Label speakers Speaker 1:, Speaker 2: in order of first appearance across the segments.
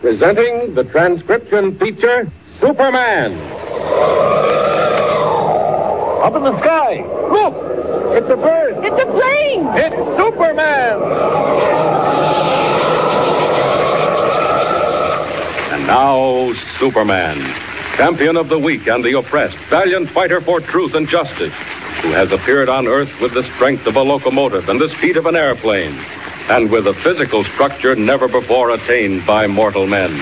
Speaker 1: presenting the transcription feature Superman. Up in the sky, look! It's a bird!
Speaker 2: It's a plane!
Speaker 1: It's Superman! And now, Superman, champion of the weak and the oppressed, valiant fighter for truth and justice, who has appeared on Earth with the strength of a locomotive and the speed of an airplane, and with a physical structure never before attained by mortal men.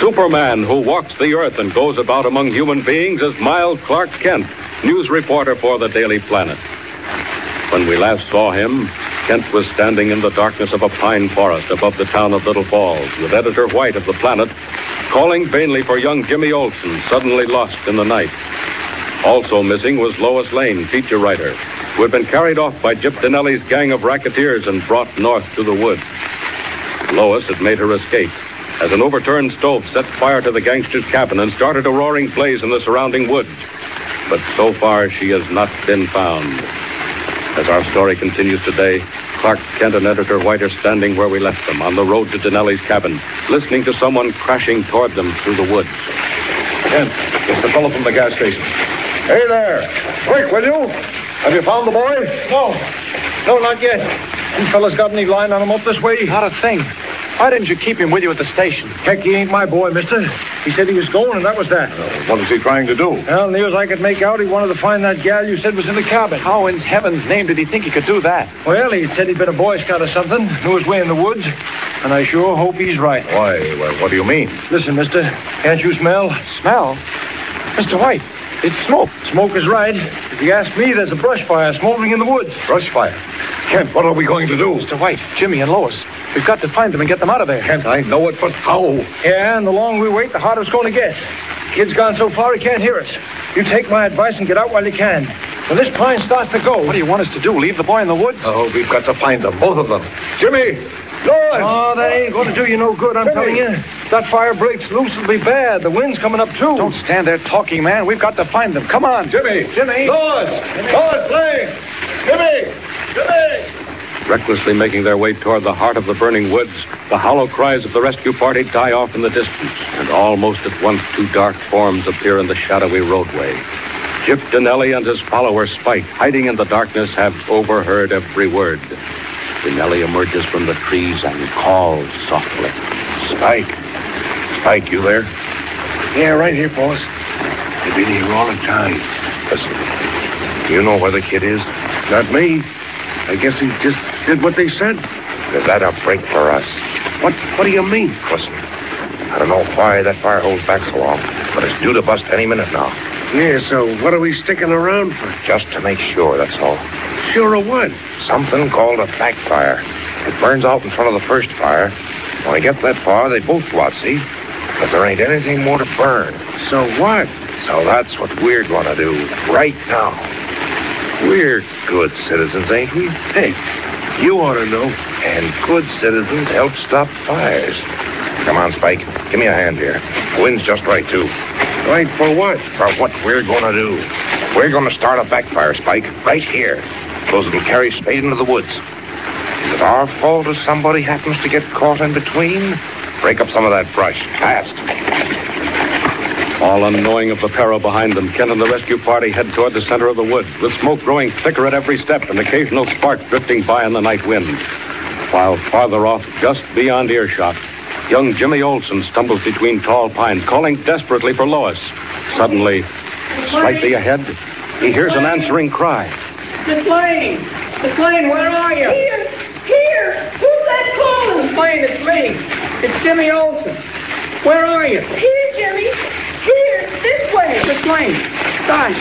Speaker 1: Superman, who walks the earth and goes about among human beings, is Miles Clark Kent, news reporter for the Daily Planet. When we last saw him, Kent was standing in the darkness of a pine forest above the town of Little Falls with Editor White of the Planet, calling vainly for young Jimmy Olsen, suddenly lost in the night. Also missing was Lois Lane, feature writer, who had been carried off by Jip Donnelly's gang of racketeers and brought north to the woods. Lois had made her escape as an overturned stove set fire to the gangster's cabin and started a roaring blaze in the surrounding woods. But so far, she has not been found. As our story continues today, Clark Kent and Editor White are standing where we left them on the road to Denelli's cabin, listening to someone crashing toward them through the woods. Kent, it's the fellow from the gas station. Hey there! Quick, will you? Have you found the boy?
Speaker 3: No. No, not yet. You fellas got any line on him up this way? Not a thing. Why didn't you keep him with you at the station? Heck, he ain't my boy, mister. He said he was going, and that was that.
Speaker 1: Uh, What is he trying to do?
Speaker 3: Well, near as I could make out, he wanted to find that gal you said was in the cabin.
Speaker 4: How in heaven's name did he think he could do that?
Speaker 3: Well, he said he'd been a Boy Scout or something, knew his way in the woods, and I sure hope he's right.
Speaker 1: Why, well, what do you mean?
Speaker 3: Listen, mister, can't you smell?
Speaker 4: Smell? Mr. White, it's smoke.
Speaker 3: Smoke is right. If you ask me, there's a brush fire smoldering in the woods.
Speaker 1: Brush fire. Kent, what are we going to do?
Speaker 4: Mr. White, Jimmy, and Lois. We've got to find them and get them out of there.
Speaker 1: Kent, I know it, but how?
Speaker 3: Yeah, and the longer we wait, the harder it's going to get. Kid's gone so far he can't hear us. You take my advice and get out while you can. When this pine starts to go.
Speaker 4: What do you want us to do? Leave the boy in the woods?
Speaker 1: Oh, we've got to find them, both of them. Jimmy! Lois!
Speaker 3: Oh, that ain't going to do you no good, I'm
Speaker 1: Jimmy.
Speaker 3: telling you. That fire breaks loose, it'll be bad. The wind's coming up, too.
Speaker 4: Don't stand there talking, man. We've got to find them. Come on.
Speaker 1: Jimmy!
Speaker 4: Jimmy!
Speaker 1: Lois! Lois, please! Jimmy! Jimmy! Recklessly making their way toward the heart of the burning woods, the hollow cries of the rescue party die off in the distance, and almost at once two dark forms appear in the shadowy roadway. Jip Donnelly and his follower Spike, hiding in the darkness, have overheard every word. Donnelly emerges from the trees and calls softly. Spike! Spike, you there?
Speaker 5: Yeah, right here, boss. They've been here all the time.
Speaker 1: Listen, do you know where the kid is?
Speaker 5: Not me. I guess he just did what they said.
Speaker 1: Is that a break for us?
Speaker 5: What What do you mean?
Speaker 1: Listen, I don't know why that fire holds back so long, but it's due to bust any minute now.
Speaker 5: Yeah, so what are we sticking around for?
Speaker 1: Just to make sure, that's all.
Speaker 5: Sure of what?
Speaker 1: Something called a backfire. It burns out in front of the first fire. When I get that far, they both go out, see? But there ain't anything more to burn.
Speaker 5: So what?
Speaker 1: So that's what we're going to do right now. We're good citizens, ain't we?
Speaker 5: Hey, you ought to know.
Speaker 1: And good citizens help stop fires. Come on, Spike. Give me a hand here. The wind's just right, too.
Speaker 5: Right for what?
Speaker 1: For what we're going to do. We're going to start a backfire, Spike, right here. Those will carry straight into the woods. Is it our fault if somebody happens to get caught in between? Break up some of that brush, fast. All unknowing of the peril behind them, Kent and the rescue party head toward the center of the woods, with smoke growing thicker at every step and occasional spark drifting by in the night wind. While farther off, just beyond earshot, young Jimmy Olson stumbles between tall pines, calling desperately for Lois. Suddenly, slightly ahead, he hears an answering cry.
Speaker 6: Miss Lane! Miss Lane, where are you?
Speaker 2: Here! Here!
Speaker 6: Who's that calling? Miss Lane, it's me. It's Jimmy Olsen. Where are you?
Speaker 2: Here, Jimmy! Here! This way!
Speaker 6: Miss Lane. Gosh,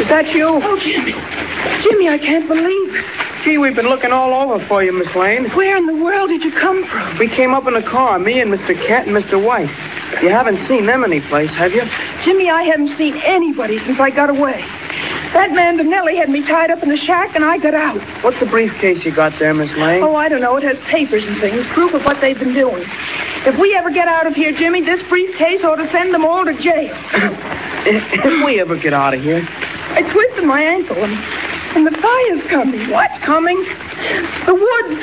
Speaker 6: is that you?
Speaker 2: Oh, Jimmy! Jimmy, I can't believe it.
Speaker 6: Gee, we've been looking all over for you, Miss Lane.
Speaker 2: Where in the world did you come from?
Speaker 6: We came up in a car, me and Mr. Kent and Mr. White. You haven't seen them any place, have you?
Speaker 2: Jimmy, I haven't seen anybody since I got away. That man Benelli had me tied up in the shack and I got out.
Speaker 6: What's the briefcase you got there, Miss Lane?
Speaker 2: Oh, I don't know. It has papers and things, proof of what they've been doing. If we ever get out of here, Jimmy, this briefcase ought to send them all to jail.
Speaker 6: If, if we ever get out of here.
Speaker 2: I twisted my ankle and, and the fire's coming.
Speaker 6: What's coming?
Speaker 2: The woods.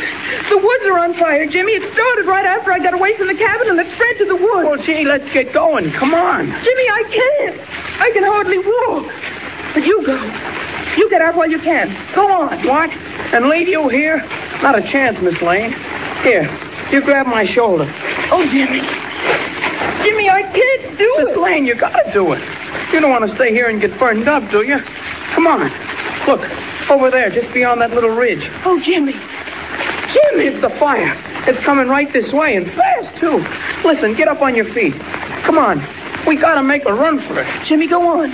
Speaker 2: The woods are on fire, Jimmy. It started right after I got away from the cabin and it spread to the woods.
Speaker 6: Well, gee, let's get going. Come on.
Speaker 2: Jimmy, I can't. I can hardly walk. But you go. You get out while you can. Go on.
Speaker 6: What? And leave you here? Not a chance, Miss Lane. Here, you grab my shoulder.
Speaker 2: Oh, Jimmy. Jimmy, I can't do
Speaker 6: Miss
Speaker 2: it.
Speaker 6: Lane, you gotta do it. You don't want to stay here and get burned up, do you? Come on. Look, over there, just beyond that little ridge.
Speaker 2: Oh, Jimmy.
Speaker 6: Jimmy, it's the fire. It's coming right this way and fast, too. Listen, get up on your feet. Come on. We gotta make a run for it.
Speaker 2: Jimmy, go on.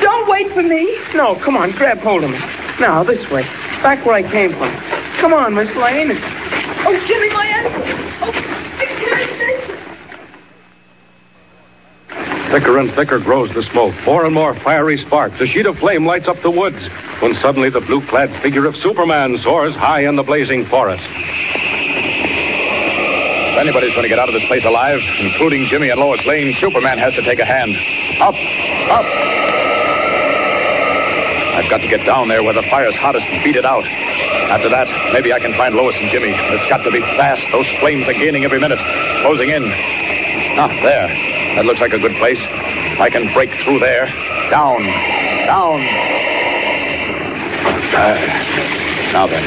Speaker 2: Don't wait for me.
Speaker 6: No, come on, grab hold of me. Now, this way. Back where I came from. Come on, Miss Lane.
Speaker 2: Oh, Jimmy, my ankle. Oh, I can't.
Speaker 1: Thicker and thicker grows the smoke. More and more fiery sparks. A sheet of flame lights up the woods when suddenly the blue clad figure of Superman soars high in the blazing forest. If anybody's going to get out of this place alive, including Jimmy and Lois Lane, Superman has to take a hand. Up, up. I've got to get down there where the fire's hottest and beat it out. After that, maybe I can find Lois and Jimmy. It's got to be fast. Those flames are gaining every minute, closing in. Ah, there. That looks like a good place. I can break through there. Down. Down. Ah, now then.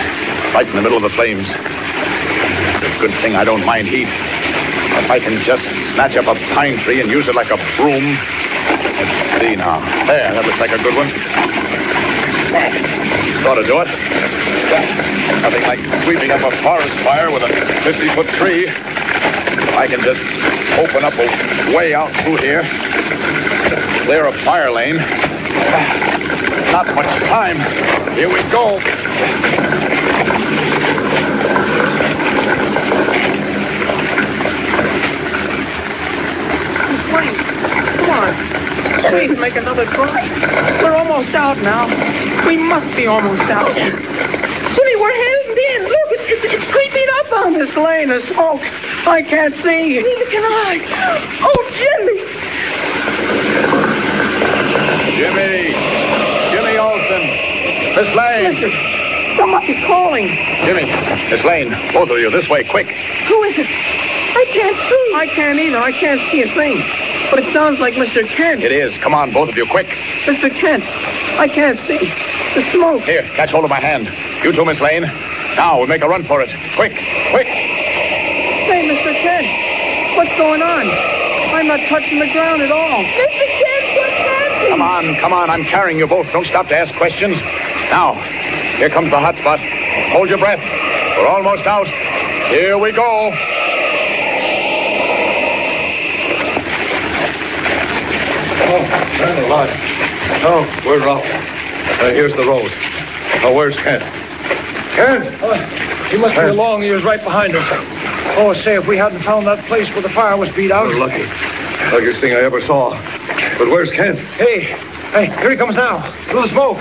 Speaker 1: Right in the middle of the flames. It's a good thing I don't mind heat. If I can just snatch up a pine tree and use it like a broom. Let's see now. There, that looks like a good one. Sort of do it. Nothing like sweeping up a forest fire with a 50 foot tree. I can just open up a way out through here, clear a fire lane. Not much time. Here we go.
Speaker 6: Miss Lane, come on. Please make another try. We're almost out now. We must be almost out.
Speaker 2: Jimmy, we're hemmed in. Look, it's, it's, it's creeping up on us.
Speaker 6: Miss Lane, the smoke. I can't see.
Speaker 2: Neither can I. Oh, Jimmy.
Speaker 1: Jimmy. Jimmy Olsen. Miss Lane.
Speaker 6: Listen, somebody's calling.
Speaker 1: Jimmy. Miss Lane. Both of you, this way, quick.
Speaker 2: Who is it? I can't see.
Speaker 6: I can't either. I can't see a thing. But it sounds like Mr. Kent.
Speaker 1: It is. Come on, both of you, quick.
Speaker 6: Mr. Kent, I can't see. The smoke.
Speaker 1: Here, catch hold of my hand. You too, Miss Lane. Now, we'll make a run for it. Quick, quick.
Speaker 6: Hey, Mr. Kent, what's going on? I'm not touching the ground at all.
Speaker 2: Mr. Kent, what's happening?
Speaker 1: Come on, come on. I'm carrying you both. Don't stop to ask questions. Now, here comes the hot spot. Hold your breath. We're almost out. Here we go.
Speaker 3: Oh, thank the Lord. Oh, we're off. Uh, here's the road. Oh, where's Kent? Kent! Oh, he must be along. He was right behind us. Oh, say, if we hadn't found that place where the fire was beat out. We're lucky. Luckiest thing I ever saw. But where's Kent? Hey, hey, here he comes now. Through the smoke.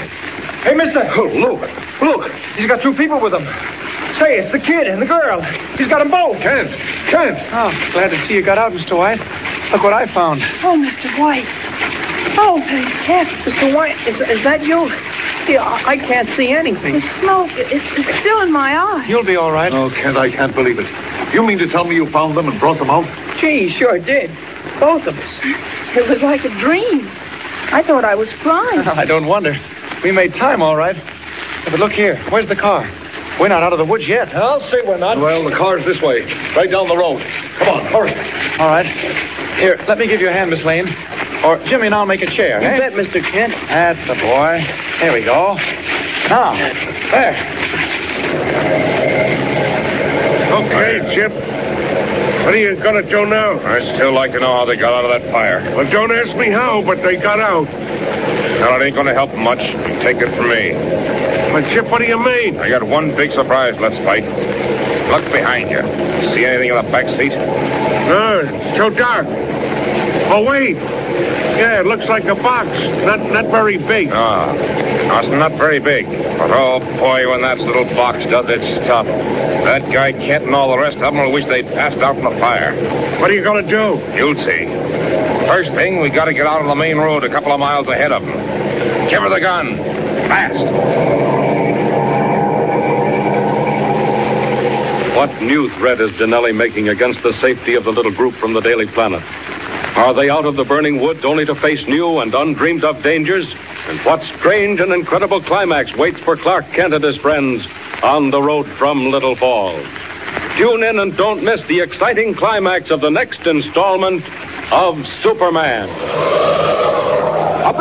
Speaker 3: Hey, mister. Oh, look. Look. He's got two people with him. Say, it's the kid and the girl. He's got them both. Kent. Kent.
Speaker 4: Oh, glad to see you got out, Mr. White. Look what I found.
Speaker 2: Oh, Mr. White. Oh, thank heaven.
Speaker 6: Mr. White, is, is that you? Yeah, I I can't see anything.
Speaker 2: The smoke, it, it's it's still in my eye.
Speaker 4: You'll be all right.
Speaker 5: Oh, Kent, I can't believe it. You mean to tell me you found them and brought them out?
Speaker 6: Gee, sure did. Both of us.
Speaker 2: It was like a dream. I thought I was flying.
Speaker 4: I don't wonder. We made time, all right. But look here. Where's the car? We're not out of the woods yet.
Speaker 3: I'll say we're not.
Speaker 5: Well, the car's this way, right down the road.
Speaker 3: Come on, hurry.
Speaker 4: All right. Here, let me give you a hand, Miss Lane. Or Jimmy and I'll make a chair,
Speaker 6: You
Speaker 4: eh?
Speaker 6: bet, Mr. Kent.
Speaker 4: That's the boy. There we go. Now, there.
Speaker 5: Okay, Chip. What are you going to do now? I still like to know how they got out of that fire. Well, don't ask me how, but they got out. Well, it ain't going to help much. Take it from me. But, Chip, what do you mean? I got one big surprise left, Spike. Look behind you. See anything in the back seat? No, it's so dark. Oh, wait. Yeah, it looks like a box. Not not very big. Ah, no, it's not very big. But oh, boy, when that little box does its stuff. That guy Kent and all the rest of them will wish they'd passed out from the fire. What are you going to do? You'll see. First thing, we got to get out on the main road a couple of miles ahead of them. Give her the gun. Fast.
Speaker 1: What new threat is Janelli making against the safety of the little group from the Daily Planet? Are they out of the burning woods only to face new and undreamed of dangers? And what strange and incredible climax waits for Clark Kent and his friends on the road from Little Falls? Tune in and don't miss the exciting climax of the next installment of Superman. Up